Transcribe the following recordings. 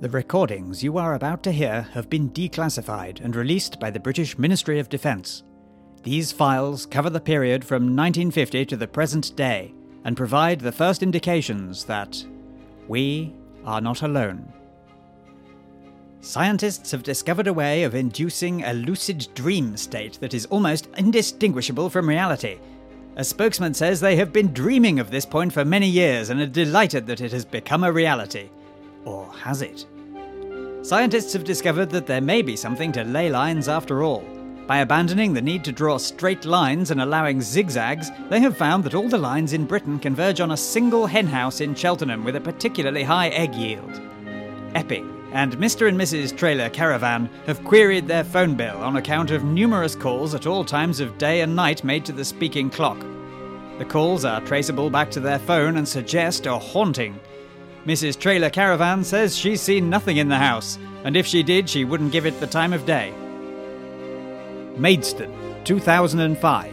The recordings you are about to hear have been declassified and released by the British Ministry of Defence. These files cover the period from 1950 to the present day and provide the first indications that we are not alone. Scientists have discovered a way of inducing a lucid dream state that is almost indistinguishable from reality. A spokesman says they have been dreaming of this point for many years and are delighted that it has become a reality. Or has it? Scientists have discovered that there may be something to ley lines after all. By abandoning the need to draw straight lines and allowing zigzags, they have found that all the lines in Britain converge on a single henhouse in Cheltenham with a particularly high egg yield. Epping and Mr. and Mrs. Trailer Caravan have queried their phone bill on account of numerous calls at all times of day and night made to the speaking clock. The calls are traceable back to their phone and suggest a haunting. Mrs. Trailer Caravan says she's seen nothing in the house, and if she did, she wouldn't give it the time of day. Maidstone, 2005.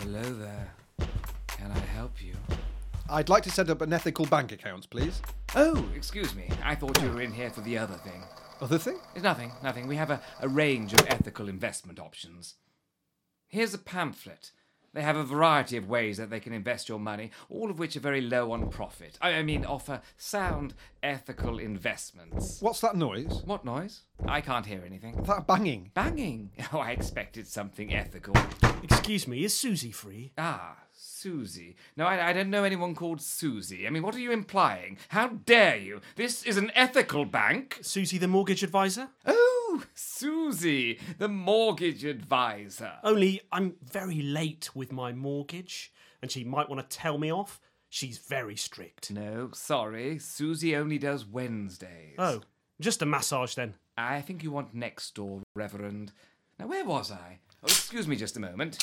Hello there. Can I help you? I'd like to set up an ethical bank account, please. Oh, excuse me. I thought you were in here for the other thing. Other thing? It's nothing, nothing. We have a, a range of ethical investment options. Here's a pamphlet. They have a variety of ways that they can invest your money, all of which are very low on profit. I, I mean, offer sound ethical investments. What's that noise? What noise? I can't hear anything. That banging. Banging! Oh, I expected something ethical. Excuse me, is Susie free? Ah, Susie. No, I, I don't know anyone called Susie. I mean, what are you implying? How dare you? This is an ethical bank. Susie, the mortgage advisor? Oh, Susie, the mortgage advisor. Only I'm very late with my mortgage, and she might want to tell me off. She's very strict. No, sorry, Susie only does Wednesdays. Oh, just a massage then. I think you want next door, Reverend. Now, where was I? Oh, excuse me just a moment.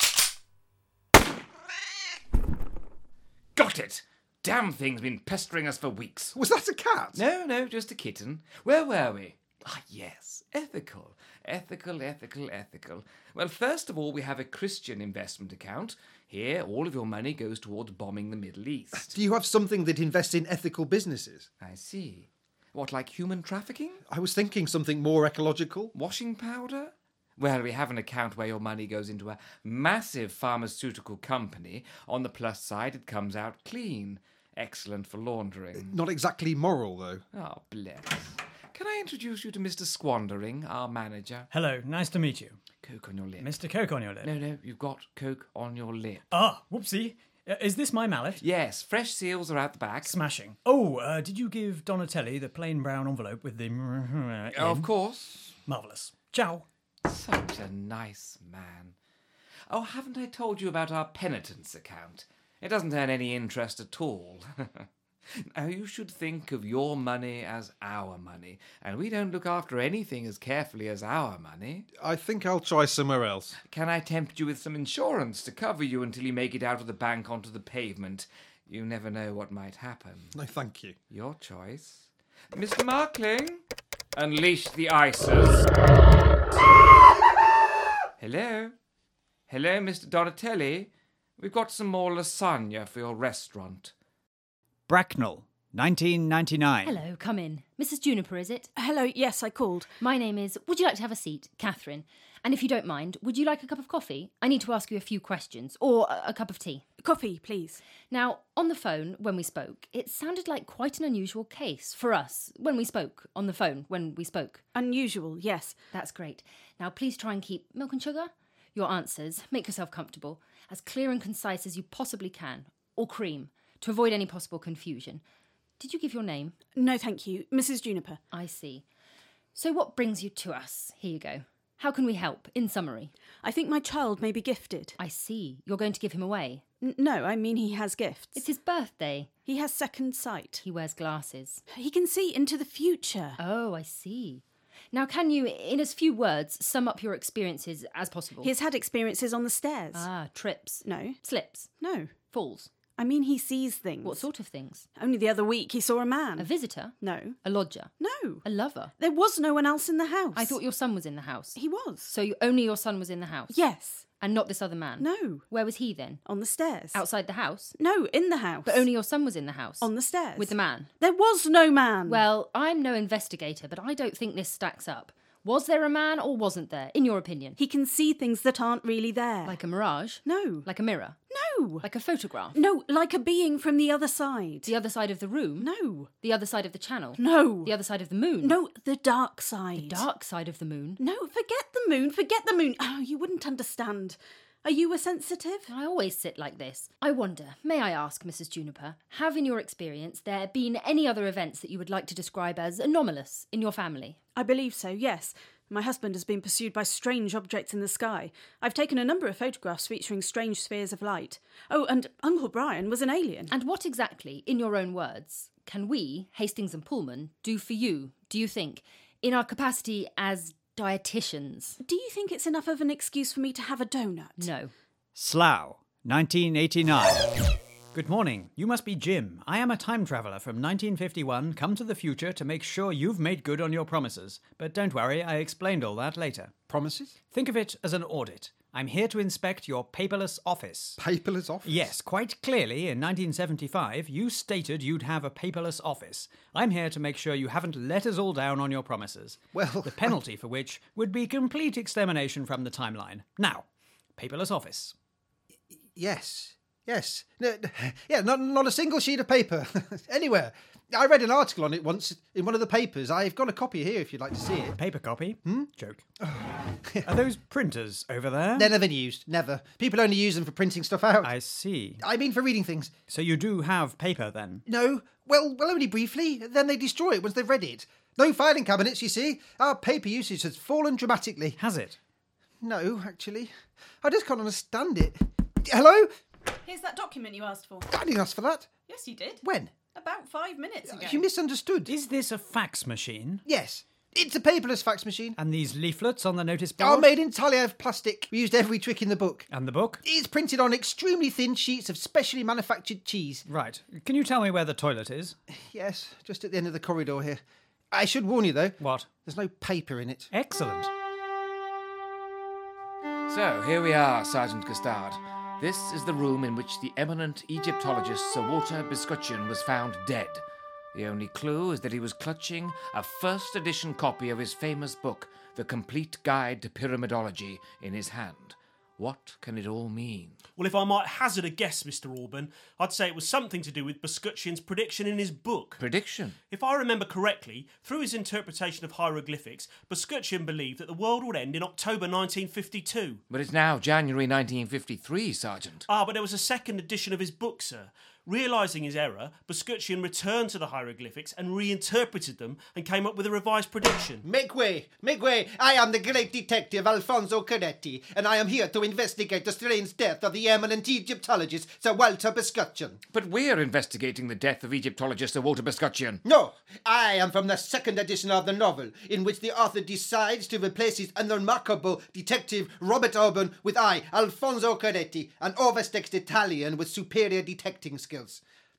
Got it! Damn thing's been pestering us for weeks. Was that a cat? No, no, just a kitten. Where were we? Ah, yes, ethical. Ethical, ethical, ethical. Well, first of all, we have a Christian investment account. Here, all of your money goes towards bombing the Middle East. Do you have something that invests in ethical businesses? I see. What, like human trafficking? I was thinking something more ecological. Washing powder? Well, we have an account where your money goes into a massive pharmaceutical company. On the plus side, it comes out clean. Excellent for laundering. Not exactly moral, though. Oh, bless. Can I introduce you to Mr. Squandering, our manager? Hello, nice to meet you. Coke on your lip. Mr. Coke on your lip. No, no, you've got Coke on your lip. Ah, whoopsie. Uh, is this my mallet? Yes, fresh seals are out the back. Smashing. Oh, uh, did you give Donatelli the plain brown envelope with the. Oh, of course. Marvellous. Ciao. Such a nice man. Oh, haven't I told you about our penitence account? It doesn't earn any interest at all. now, you should think of your money as our money, and we don't look after anything as carefully as our money. I think I'll try somewhere else. Can I tempt you with some insurance to cover you until you make it out of the bank onto the pavement? You never know what might happen. No, thank you. Your choice. Mr. Markling, unleash the ISIS. Hello? Hello, Mr. Donatelli? We've got some more lasagna for your restaurant. Bracknell, 1999. Hello, come in. Mrs. Juniper, is it? Hello, yes, I called. My name is. Would you like to have a seat? Catherine. And if you don't mind, would you like a cup of coffee? I need to ask you a few questions, or a, a cup of tea. Coffee, please. Now, on the phone, when we spoke, it sounded like quite an unusual case for us when we spoke, on the phone, when we spoke. Unusual, yes. That's great. Now, please try and keep milk and sugar, your answers, make yourself comfortable, as clear and concise as you possibly can, or cream, to avoid any possible confusion. Did you give your name? No, thank you. Mrs. Juniper. I see. So, what brings you to us? Here you go. How can we help, in summary? I think my child may be gifted. I see. You're going to give him away. N- no, I mean he has gifts. It's his birthday. He has second sight. He wears glasses. He can see into the future. Oh, I see. Now, can you, in as few words, sum up your experiences as possible? He has had experiences on the stairs. Oh. ah, trips, no. slips, No. falls. I mean he sees things. What sort of things? Only the other week he saw a man. A visitor? no. A lodger? No. A lover? There was no one else in the house. I thought your son was in the house. he was. So you, only your son was in the house? Yes. and not this other man? No, Where was he then? on the stairs. Outside the house? No, in the house. But only your son was in the house. on the stairs. With the man. There was no man. Well, I'm no investigator, but I don't think this stacks up. Was there a man or wasn't there, in your opinion? he can see things that aren't really there. Like a mirage? no, Like a mirror? no, Like a photograph? no, like a being from the other side. The other side of the room? no, The other side of the channel? no, The other side of the moon? no, the dark side. The dark side of the moon? No, forget the moon. Forget the moon. Oh, you wouldn't understand. Are you a sensitive? I always sit like this. I wonder, may I ask, Mrs. Juniper, have in your experience there been any other events that you would like to describe as anomalous in your family? I believe so. Yes. My husband has been pursued by strange objects in the sky. I've taken a number of photographs featuring strange spheres of light. Oh, and Uncle Brian was an alien. And what exactly, in your own words, can we, Hastings and Pullman, do for you, do you think, in our capacity as dietitians? Do you think it's enough of an excuse for me to have a donut? No. Slough, 1989. Good morning. You must be Jim. I am a time traveller from 1951, come to the future to make sure you've made good on your promises. But don't worry, I explained all that later. Promises? Think of it as an audit. I'm here to inspect your paperless office. Paperless office? Yes, quite clearly, in 1975, you stated you'd have a paperless office. I'm here to make sure you haven't let us all down on your promises. Well, the penalty for which would be complete extermination from the timeline. Now, paperless office. Yes. Yes. No, yeah, not, not a single sheet of paper anywhere. I read an article on it once in one of the papers. I've got a copy here if you'd like to see it. Paper copy? Hmm? Joke. Are those printers over there? They're never used. Never. People only use them for printing stuff out. I see. I mean, for reading things. So you do have paper then? No, well, well, only briefly. Then they destroy it once they've read it. No filing cabinets, you see. Our paper usage has fallen dramatically. Has it? No, actually, I just can't understand it. Hello? Here's that document you asked for. I didn't ask for that. Yes, you did. When? About five minutes ago. You misunderstood. Is this a fax machine? Yes, it's a paperless fax machine. And these leaflets on the notice board? Are made entirely out of plastic. We used every trick in the book. And the book? It's printed on extremely thin sheets of specially manufactured cheese. Right. Can you tell me where the toilet is? Yes, just at the end of the corridor here. I should warn you though, What? there's no paper in it. Excellent. So here we are, Sergeant Gustard. This is the room in which the eminent Egyptologist Sir Walter Biscutcheon was found dead. The only clue is that he was clutching a first edition copy of his famous book, The Complete Guide to Pyramidology, in his hand. What can it all mean? Well, if I might hazard a guess, Mr. Orban, I'd say it was something to do with Biscutcheon's prediction in his book. Prediction. If I remember correctly, through his interpretation of hieroglyphics, Biscutcheon believed that the world would end in October 1952. But it's now January 1953, Sergeant. Ah, but there was a second edition of his book, sir. Realising his error, Biscutcheon returned to the hieroglyphics and reinterpreted them and came up with a revised prediction. Make way, make way. I am the great detective Alfonso Caretti, and I am here to investigate the strange death of the eminent Egyptologist Sir Walter Biscutcheon. But we're investigating the death of Egyptologist Sir Walter Biscutcheon. No, I am from the second edition of the novel, in which the author decides to replace his unremarkable detective Robert Urban with I, Alfonso Caretti, an oversexed Italian with superior detecting skills.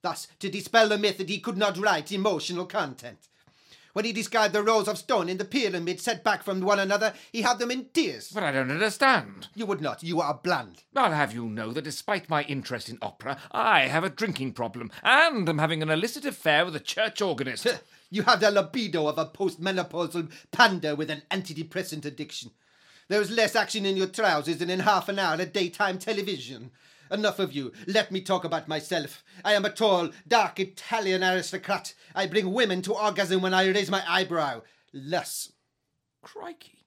Thus, to dispel the myth that he could not write emotional content. When he described the rows of stone in the pyramid set back from one another, he had them in tears. But I don't understand. You would not. You are bland. I'll have you know that despite my interest in opera, I have a drinking problem and am having an illicit affair with a church organist. You have the libido of a postmenopausal panda with an antidepressant addiction. There is less action in your trousers than in half an hour of daytime television. Enough of you. Let me talk about myself. I am a tall, dark Italian aristocrat. I bring women to orgasm when I raise my eyebrow. Less. Crikey.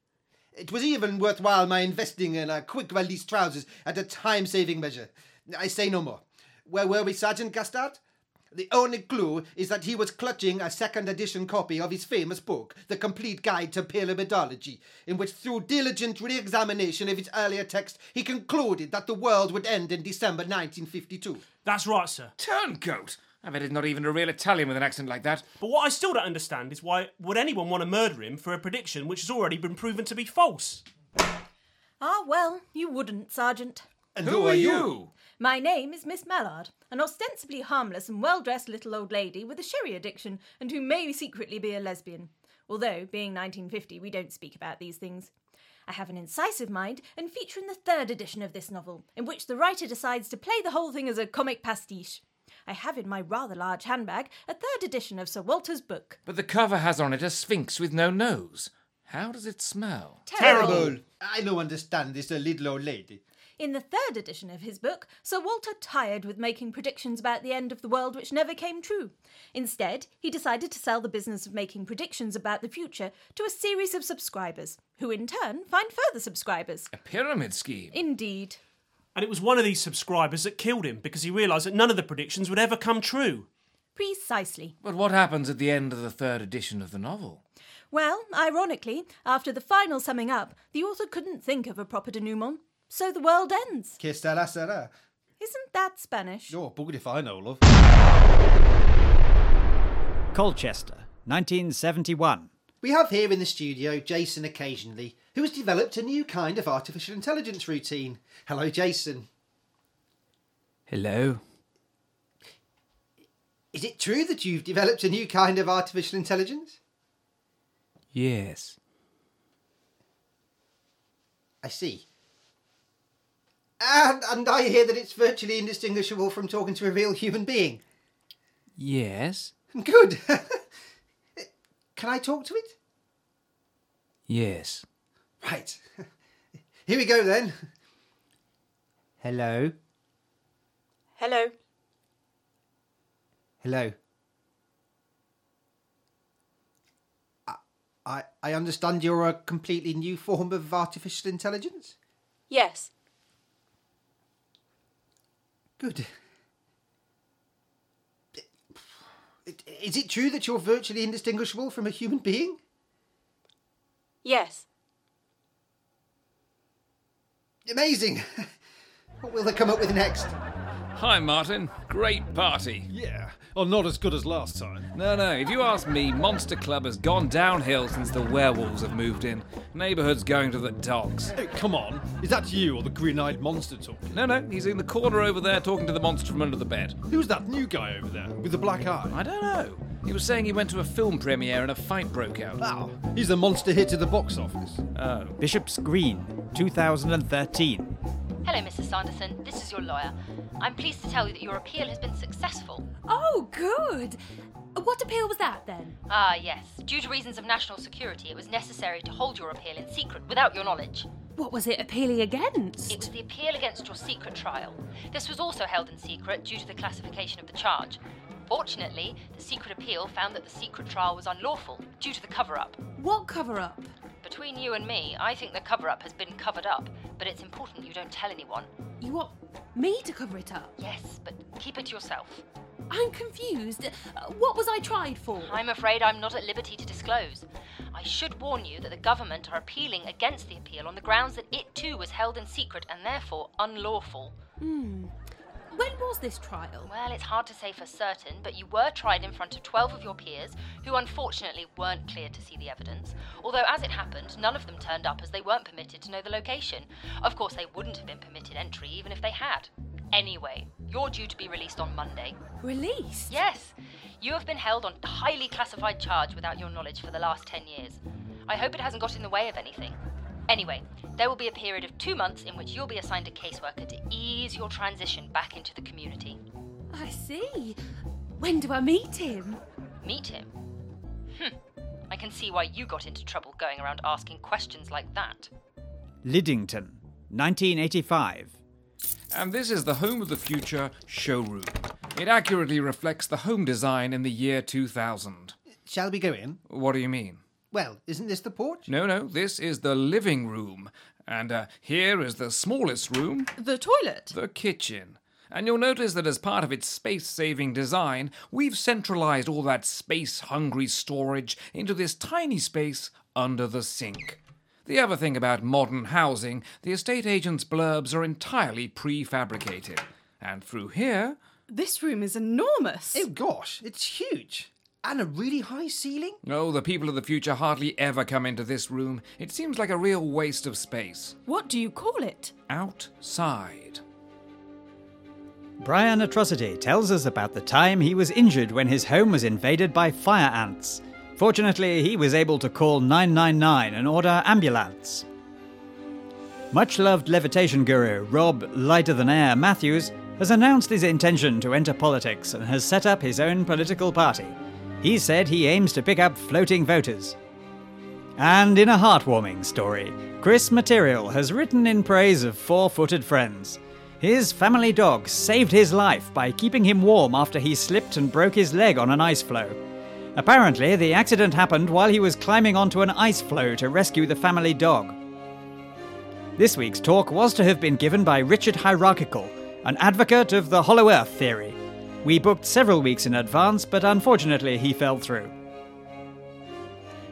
It was even worthwhile my investing in a quick release trousers at a time saving measure. I say no more. Where were we, Sergeant Gastard? The only clue is that he was clutching a second edition copy of his famous book, The Complete Guide to Pyramidology, in which, through diligent re examination of its earlier text, he concluded that the world would end in December 1952. That's right, sir. Turncoat! I bet it's not even a real Italian with an accent like that. But what I still don't understand is why would anyone want to murder him for a prediction which has already been proven to be false? Ah, well, you wouldn't, Sergeant. And Who are you? My name is Miss Mallard, an ostensibly harmless and well dressed little old lady with a sherry addiction and who may secretly be a lesbian. Although, being 1950, we don't speak about these things. I have an incisive mind and feature in the third edition of this novel, in which the writer decides to play the whole thing as a comic pastiche. I have in my rather large handbag a third edition of Sir Walter's book. But the cover has on it a sphinx with no nose. How does it smell? Terrible! I don't understand this uh, little old lady. In the third edition of his book, Sir Walter tired with making predictions about the end of the world which never came true. Instead, he decided to sell the business of making predictions about the future to a series of subscribers, who in turn find further subscribers. A pyramid scheme. Indeed. And it was one of these subscribers that killed him because he realised that none of the predictions would ever come true. Precisely. But what happens at the end of the third edition of the novel? Well, ironically, after the final summing up, the author couldn't think of a proper denouement. So the world ends. Que sera, sera. Isn't that Spanish? You're bugged if I know, love. Colchester, 1971. We have here in the studio Jason occasionally, who has developed a new kind of artificial intelligence routine. Hello, Jason. Hello. Is it true that you've developed a new kind of artificial intelligence? Yes. I see. And, and I hear that it's virtually indistinguishable from talking to a real human being. Yes. Good. Can I talk to it? Yes. Right. Here we go then. Hello. Hello. Hello. I, I, I understand you're a completely new form of artificial intelligence? Yes. Good. It- Is it true that you're virtually indistinguishable from a human being? Yes. Amazing! What will they come up with next? Hi, Martin. Great party. Yeah, or not as good as last time. No, no, if you ask me, Monster Club has gone downhill since the werewolves have moved in. Neighbourhood's going to the dogs. Hey, come on, is that you or the green-eyed monster talking? No, no, he's in the corner over there talking to the monster from under the bed. Who's that new guy over there with the black eye? I don't know. He was saying he went to a film premiere and a fight broke out. Wow, he's the monster hit to the box office. Oh. Bishop's Green, 2013. Hello, Mrs. Sanderson. This is your lawyer. I'm pleased to tell you that your appeal has been successful. Oh, good. What appeal was that then? Ah, yes. Due to reasons of national security, it was necessary to hold your appeal in secret without your knowledge. What was it appealing against? It was the appeal against your secret trial. This was also held in secret due to the classification of the charge. Fortunately, the secret appeal found that the secret trial was unlawful due to the cover up. What cover up? Between you and me, I think the cover up has been covered up, but it's important you don't tell anyone. You want me to cover it up? Yes, but keep it to yourself. I'm confused. Uh, What was I tried for? I'm afraid I'm not at liberty to disclose. I should warn you that the government are appealing against the appeal on the grounds that it too was held in secret and therefore unlawful. When was this trial? Well, it's hard to say for certain, but you were tried in front of 12 of your peers, who unfortunately weren't cleared to see the evidence. Although, as it happened, none of them turned up as they weren't permitted to know the location. Of course, they wouldn't have been permitted entry even if they had. Anyway, you're due to be released on Monday. Released? Yes, you have been held on highly classified charge without your knowledge for the last 10 years. I hope it hasn't got in the way of anything. Anyway, there will be a period of two months in which you'll be assigned a caseworker to ease your transition back into the community. I see. When do I meet him? Meet him? Hm. I can see why you got into trouble going around asking questions like that. Liddington, 1985. And this is the Home of the Future showroom. It accurately reflects the home design in the year 2000. Shall we go in? What do you mean? Well, isn't this the porch? No, no, this is the living room. And uh, here is the smallest room, The toilet. the kitchen. And you'll notice that as part of its space saving design, we've centralized all that space hungry storage into this tiny space under the sink. The other thing about modern housing, the estate agent's blurbs are entirely prefabricated. And through here, This room is enormous. Oh gosh, it's huge. And a really high ceiling? oh, the people of the future hardly ever come into this room. It seems like a real waste of space. What do you call it? Outside. Brian Atrocity tells us about the time he was injured when his home was invaded by fire ants. Fortunately, he was able to call 999 and order ambulance. Much loved levitation guru Rob Lighter Than Air Matthews has announced his intention to enter politics and has set up his own political party. He said he aims to pick up floating voters. And in a heartwarming story, Chris Material has written in praise of Four Footed Friends. His family dog saved his life by keeping him warm after he slipped and broke his leg on an ice floe. Apparently, the accident happened while he was climbing onto an ice floe to rescue the family dog. This week's talk was to have been given by Richard Hierarchical, an advocate of the Hollow Earth theory. We booked several weeks in advance, but unfortunately he fell through.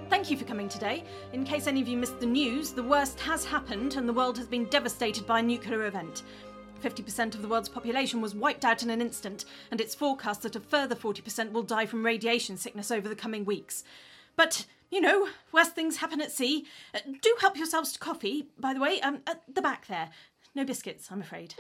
Thank you for coming today. In case any of you missed the news, the worst has happened and the world has been devastated by a nuclear event. 50% of the world's population was wiped out in an instant, and it's forecast that a further 40% will die from radiation sickness over the coming weeks. But, you know, worse things happen at sea. Uh, do help yourselves to coffee, by the way, um, at the back there. No biscuits, I'm afraid.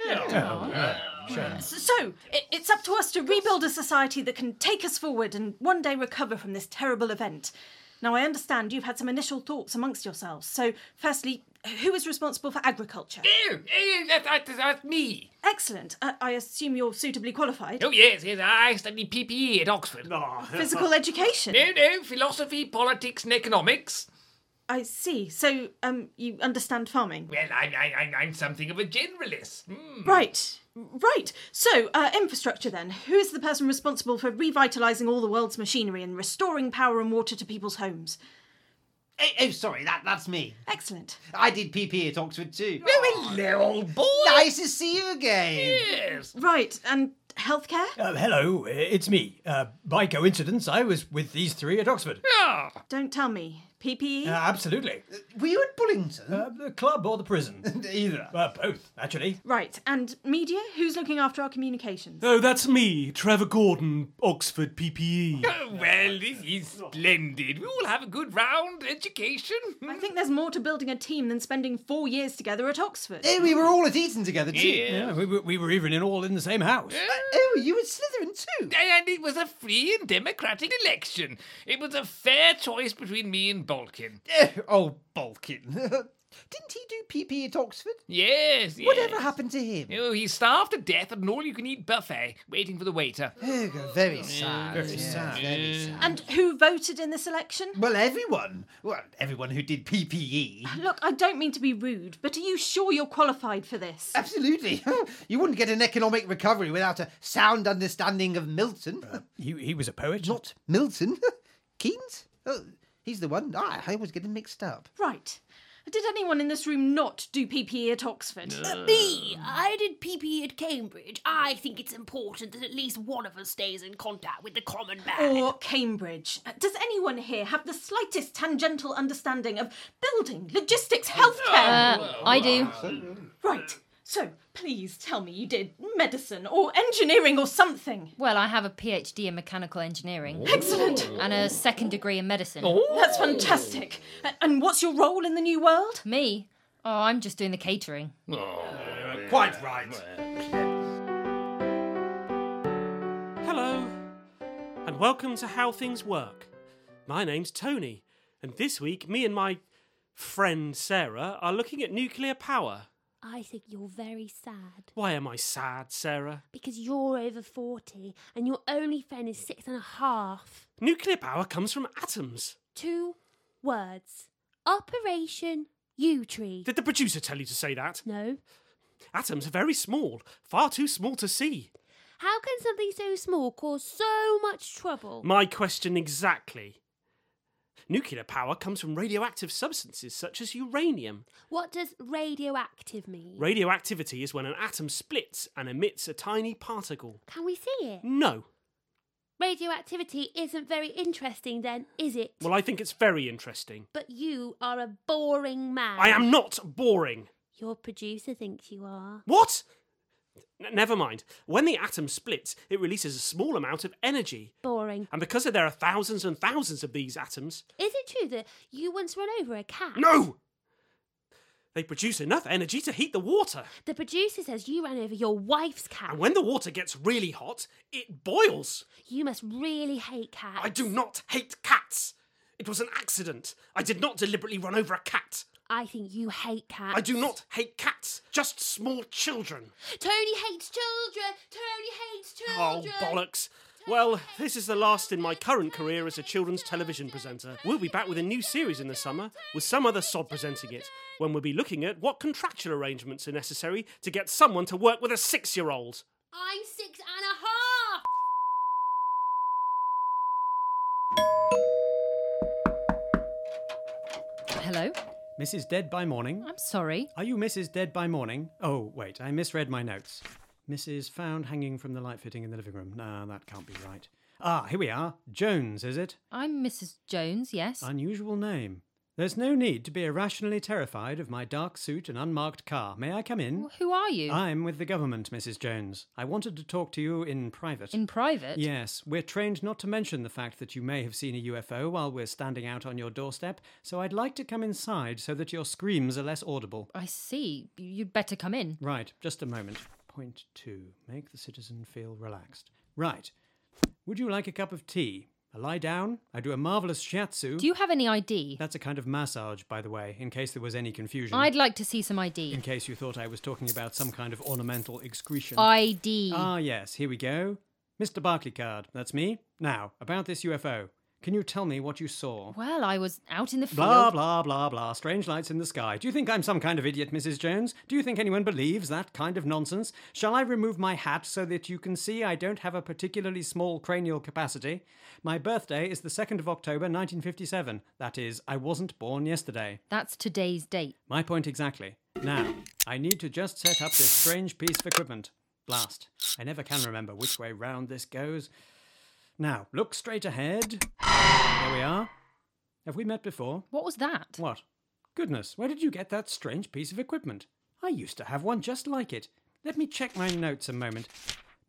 So, it, it's up to us to rebuild a society that can take us forward and one day recover from this terrible event. Now, I understand you've had some initial thoughts amongst yourselves. So, firstly, who is responsible for agriculture? Ew, ew, that, that, that's me. Excellent. Uh, I assume you're suitably qualified. Oh, yes, yes, I studied PPE at Oxford. Physical education. No, no, philosophy, politics, and economics. I see. So, um, you understand farming? Well, I, I, I, I'm something of a generalist. Hmm. Right. Right. So, uh, infrastructure then. Who is the person responsible for revitalising all the world's machinery and restoring power and water to people's homes? Oh, oh, sorry, that, that's me. Excellent. I did PP at Oxford too. Oh, hello, old boy. Nice to see you again. Yes. Right. And healthcare? Um, hello, it's me. Uh, by coincidence, I was with these three at Oxford. Ah. Don't tell me. E? PPE? Uh, absolutely. Were you at Bullington? Uh, the club or the prison? Either. Uh, both, actually. Right. And media? Who's looking after our communications? Oh, that's me, Trevor Gordon, Oxford E. PPE. Oh, well, this is splendid. We all have a good round education. Hmm? I think there's more to building a team than spending four years together at Oxford. Eh, we were all at Eton together too. Yeah, we, were- we were even in all in the same house. Oh, you were at Slytherin too. And it was a free and democratic election. It was a fair choice between me and Balkin. Eh, oh, Balkin. Didn't he do PP at Oxford? Yes, yes. Whatever happened to him? Oh, he starved to death at an all-you-can-eat buffet, waiting for the waiter. Oh, very sad. Very sad. And who voted in this election? Well, everyone. Well, everyone who did E, PPE. Look, I don't mean to be rude, but are you sure you're qualified for this? Uh, Absolutely. You wouldn't get an economic recovery without a sound understanding of Milton. Uh, He, he was a poet. Not Milton. Keynes? Oh, he's the one. Ah, I was getting mixed up. Right. Did anyone in this room not do PPE at Oxford? Uh, Me, I did PPE at Cambridge. I think it's important that at least one of us stays in contact with the common man. Or Cambridge? Uh, Does anyone here have the slightest tangential understanding of building, logistics, healthcare? Uh. I do. Right. So, please tell me you did medicine or engineering or something. Well, I have a PhD in mechanical engineering Excellent. and a second degree in medicine. That's fantastic. A- And what's your role in the new world? Me? Oh, I'm just doing the catering. Quite right. Hello, and welcome to How Things Work. My name's Tony, and this week, me and my friend Sarah are looking at nuclear power. I think you're very sad Why am I sad, Sarah? because you're over 40 and your only friend is six and a half. Nuclear power comes from atoms. Two words Operation U Tree. Did the producer tell you to say that? No. Atoms are very small, far too small to see. How can something so small cause so much trouble? My question exactly. Nuclear power comes from radioactive substances such as uranium. What does radioactive mean? Radioactivity is when an atom splits and emits a tiny particle. Can we see it? No. Radioactivity isn't very interesting then, is it? Well, I think it's very interesting. But you are a boring man. I am not boring. Your producer thinks you are. What? N- never mind. When the atom splits, it releases a small amount of energy. Boring. And because there are thousands and thousands of these atoms, Is it true that you once run over a cat? no! They produce enough energy to heat the water. The producer says you ran over your wife's cat. And when the water gets really hot, it boils. You must really hate cats. I do not hate cats. It was an accident. I did not deliberately run over a cat. I think you hate cats. I do not hate cats, just small children. Tony hates children. Tony hates Oh, children. bollocks. Well, this is the last in my current career as a children's television presenter. We'll be back with a new series in the summer, with some other sod presenting it, when we'll be looking at what contractual arrangements are necessary to get someone to work with a six year old. I'm six and a half. Hello? Mrs. Dead by Morning? I'm sorry. Are you Mrs. Dead by Morning? Oh, wait, I misread my notes. Mrs. Found hanging from the light fitting in the living room. No, that can't be right. Ah, here we are. Jones, is it? I'm Mrs. Jones, yes? Unusual name. There's no need to be irrationally terrified of my dark suit and unmarked car. May I come in? Who are you? I'm with the government, Mrs. Jones. I wanted to talk to you in private. In private? Yes, we're trained not to mention the fact that you may have seen a UFO while we're standing out on your doorstep, so I'd like to come inside so that your screams are less audible. I see. Y- You'd better come in. Right, just a moment. Point two. Make the citizen feel relaxed. Right. Would you like a cup of tea? I lie down. I do a marvellous shiatsu. Do you have any ID? That's a kind of massage, by the way, in case there was any confusion. I'd like to see some ID. In case you thought I was talking about some kind of ornamental excretion. ID. Ah, yes, here we go. Mr. Barclaycard, that's me. Now, about this UFO. Can you tell me what you saw? Well, I was out in the field. Blah, blah, blah, blah. Strange lights in the sky. Do you think I'm some kind of idiot, Mrs. Jones? Do you think anyone believes that kind of nonsense? Shall I remove my hat so that you can see I don't have a particularly small cranial capacity? My birthday is the 2nd of October, 1957. That is, I wasn't born yesterday. That's today's date. My point exactly. Now, I need to just set up this strange piece of equipment. Blast. I never can remember which way round this goes. Now, look straight ahead. There we are. Have we met before? What was that? What? Goodness, where did you get that strange piece of equipment? I used to have one just like it. Let me check my notes a moment.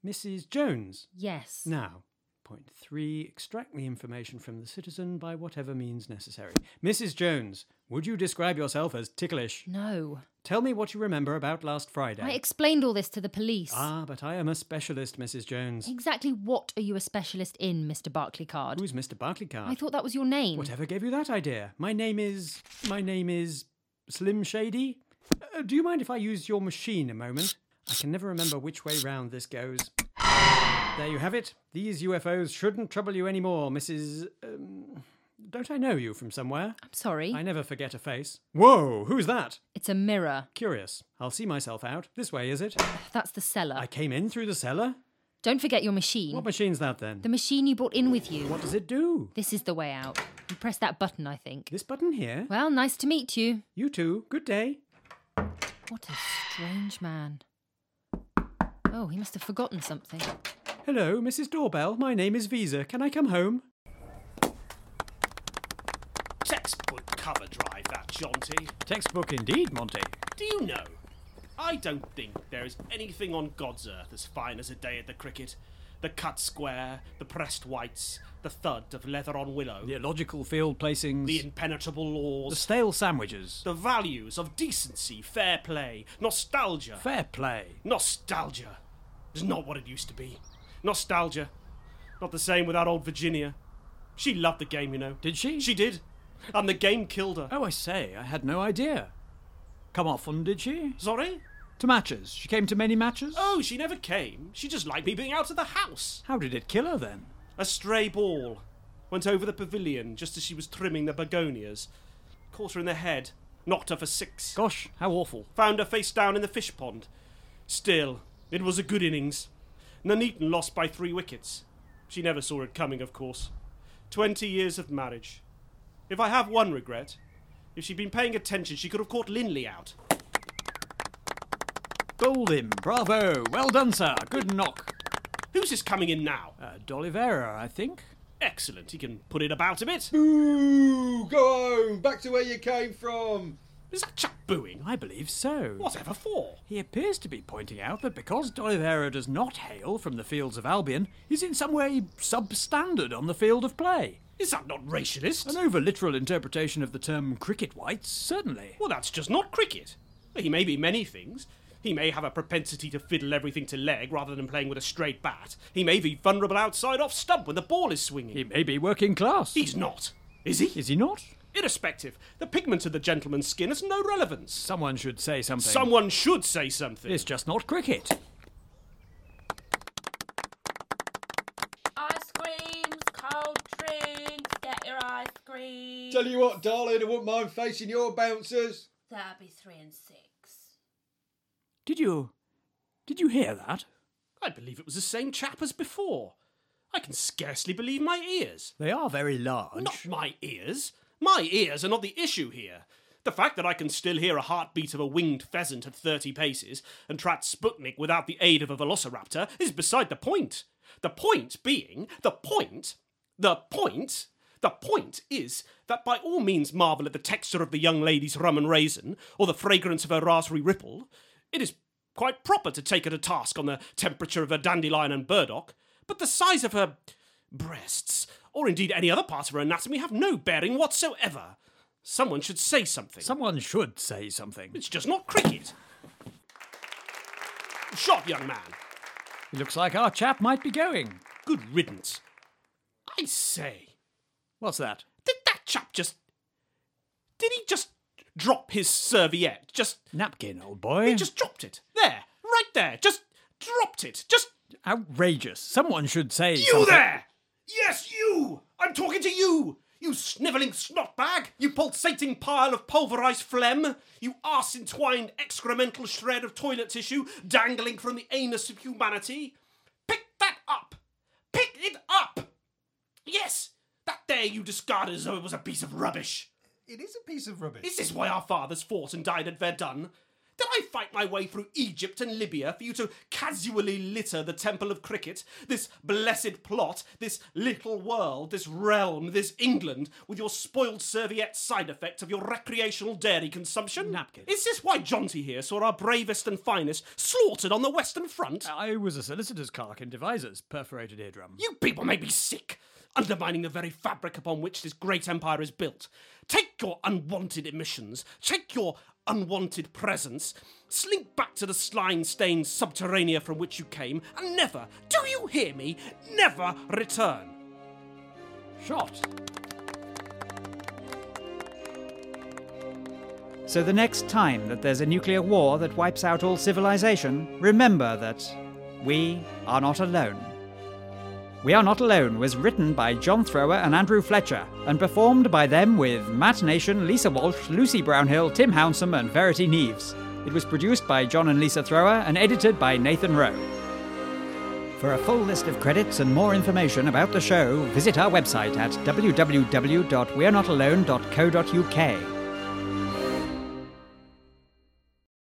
Mrs. Jones. Yes. Now, point three extract the information from the citizen by whatever means necessary. Mrs. Jones, would you describe yourself as ticklish? No. Tell me what you remember about last Friday. I explained all this to the police. ah, but I am a specialist, Mrs. Jones. Exactly what are you a specialist in, Mr. Barclaycard? Who's Mr. Barclaycard? I thought that was your name. Whatever gave you that idea? My name is. My name is. Slim Shady? Uh, do you mind if I use your machine a moment? I can never remember which way round this goes. There you have it. These UFOs shouldn't trouble you anymore, Mrs. Um, don't I know you from somewhere? I'm sorry. I never forget a face. Whoa, who's that? It's a mirror. Curious. I'll see myself out. This way, is it? That's the cellar. I came in through the cellar? Don't forget your machine. What machine's that then? The machine you brought in with you. What does it do? This is the way out. You press that button, I think. This button here? Well, nice to meet you. You too. Good day. What a strange man. Oh, he must have forgotten something. Hello, Mrs. Doorbell. My name is Visa. Can I come home? Textbook cover drive, that jaunty. Textbook indeed, Monty. Do you know? I don't think there is anything on God's earth as fine as a day at the cricket. The cut square, the pressed whites, the thud of leather on willow, The illogical field placings. the impenetrable laws, the stale sandwiches. the values of decency, fair play, nostalgia. Fair play. Nostalgia is not what it used to be. Nostalgia. Not the same without old Virginia. She loved the game, you know. Did she? She did. And the game killed her. Oh, I say, I had no idea. Come often, did she? Sorry? To matches. She came to many matches. Oh, she never came. She just liked me being out of the house. How did it kill her then? A stray ball went over the pavilion just as she was trimming the begonias. Caught her in the head. Knocked her for six. Gosh, how awful. Found her face down in the fish pond. Still, it was a good innings. Nuneaton lost by three wickets. She never saw it coming, of course. Twenty years of marriage. If I have one regret, if she'd been paying attention, she could have caught Linley out. Gold him. Bravo. Well done, sir. Good knock. Who's this coming in now? Uh, D'Olivera, I think. Excellent. He can put it about a bit. Boo! Go home! Back to where you came from! Is that chap booing? I believe so. Whatever for? He appears to be pointing out that because D'Olivera does not hail from the fields of Albion, he's in some way substandard on the field of play. Is that not racialist? An over literal interpretation of the term cricket whites, certainly. Well, that's just not cricket. He may be many things. He may have a propensity to fiddle everything to leg rather than playing with a straight bat. He may be vulnerable outside off stump when the ball is swinging. He may be working class. He's not. Is he? Is he not? Irrespective. The pigment of the gentleman's skin has no relevance. Someone should say something. Someone should say something. It's just not cricket. Ice creams, cold drinks, get your ice cream. Tell you what, darling, I wouldn't mind facing your bouncers. That'll be three and six. Did you. Did you hear that? I believe it was the same chap as before. I can scarcely believe my ears. They are very large. Not my ears. My ears are not the issue here. The fact that I can still hear a heartbeat of a winged pheasant at 30 paces and track Sputnik without the aid of a velociraptor is beside the point. The point being, the point, the point, the point is that by all means marvel at the texture of the young lady's rum and raisin or the fragrance of her raspberry ripple. It is quite proper to take her to task on the temperature of her dandelion and burdock, but the size of her breasts, or indeed any other part of her anatomy, have no bearing whatsoever. Someone should say something. Someone should say something. It's just not cricket. Shot, young man. It looks like our chap might be going. Good riddance. I say. What's that? Did that chap just. Did he just drop his serviette? Just. Napkin, old boy. He just dropped it. There. Right there. Just dropped it. Just. Outrageous. Someone should say. You something. there! Yes, you! I'm talking to you! You snivelling snotbag! You pulsating pile of pulverised phlegm! You arse entwined excremental shred of toilet tissue dangling from the anus of humanity! Pick that up! Pick it up! Yes! That there you discarded as though it was a piece of rubbish! It is a piece of rubbish. Is this why our fathers fought and died at Verdun? Did I fight my way through Egypt and Libya for you to casually litter the temple of cricket, this blessed plot, this little world, this realm, this England, with your spoiled serviette side effect of your recreational dairy consumption? Napkin. Is this why Jonty here saw our bravest and finest slaughtered on the Western Front? I was a solicitor's clerk in Devizes, perforated eardrum. You people make me sick! undermining the very fabric upon which this great empire is built. Take your unwanted emissions, take your unwanted presence, slink back to the slime stained subterranea from which you came, and never, do you hear me, never return. Shot. So the next time that there's a nuclear war that wipes out all civilization, remember that we are not alone. We Are Not Alone was written by John Thrower and Andrew Fletcher, and performed by them with Matt Nation, Lisa Walsh, Lucy Brownhill, Tim Hounsome, and Verity Neves. It was produced by John and Lisa Thrower and edited by Nathan Rowe. For a full list of credits and more information about the show, visit our website at www.wearenotalone.co.uk.